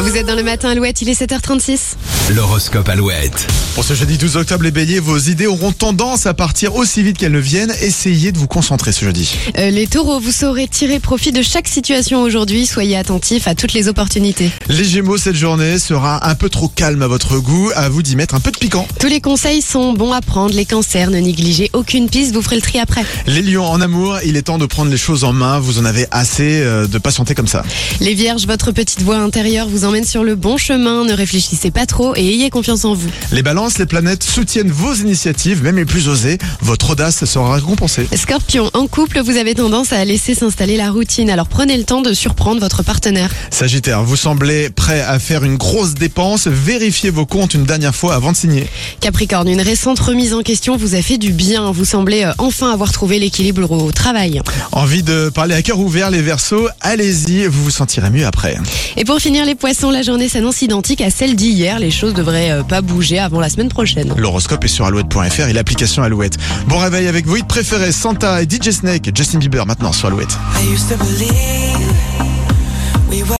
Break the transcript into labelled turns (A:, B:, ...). A: Vous êtes dans le matin Alouette, il est 7h36.
B: L'horoscope Alouette.
C: Pour ce jeudi 12 octobre, les béliers, vos idées auront tendance à partir aussi vite qu'elles ne viennent. Essayez de vous concentrer ce jeudi.
A: Euh, les taureaux, vous saurez tirer profit de chaque situation aujourd'hui. Soyez attentifs à toutes les opportunités.
C: Les gémeaux, cette journée sera un peu trop calme à votre goût. À vous d'y mettre un peu de piquant.
A: Tous les conseils sont bons à prendre. Les cancers, ne négligez aucune piste, vous ferez le tri après.
C: Les lions, en amour, il est temps de prendre les choses en main. Vous en avez assez euh, de patienter comme ça.
A: Les vierges, votre petite voix intérieure vous emmène sur le bon chemin. Ne réfléchissez pas trop et ayez confiance en vous.
C: Les balances, les planètes soutiennent vos initiatives, même les plus osées. Votre audace sera récompensée.
A: Scorpion, en couple, vous avez tendance à laisser s'installer la routine. Alors prenez le temps de surprendre votre partenaire.
C: Sagittaire, vous semblez prêt à faire une grosse dépense. Vérifiez vos comptes une dernière fois avant de signer.
A: Capricorne, une récente remise en question vous a fait du bien. Vous semblez euh, enfin avoir trouvé l'équilibre au travail.
C: Envie de parler à cœur ouvert, les versos, allez-y, vous vous sentirez mieux après.
A: Et pour finir les poissons, la journée s'annonce identique à celle d'hier. Les choses devraient euh, pas bouger avant la semaine prochaine.
C: L'horoscope est sur alouette.fr et l'application Alouette. Bon réveil avec vos hits préférés, Santa et DJ Snake, Justin Bieber maintenant sur Alouette.
D: I used to believe we were.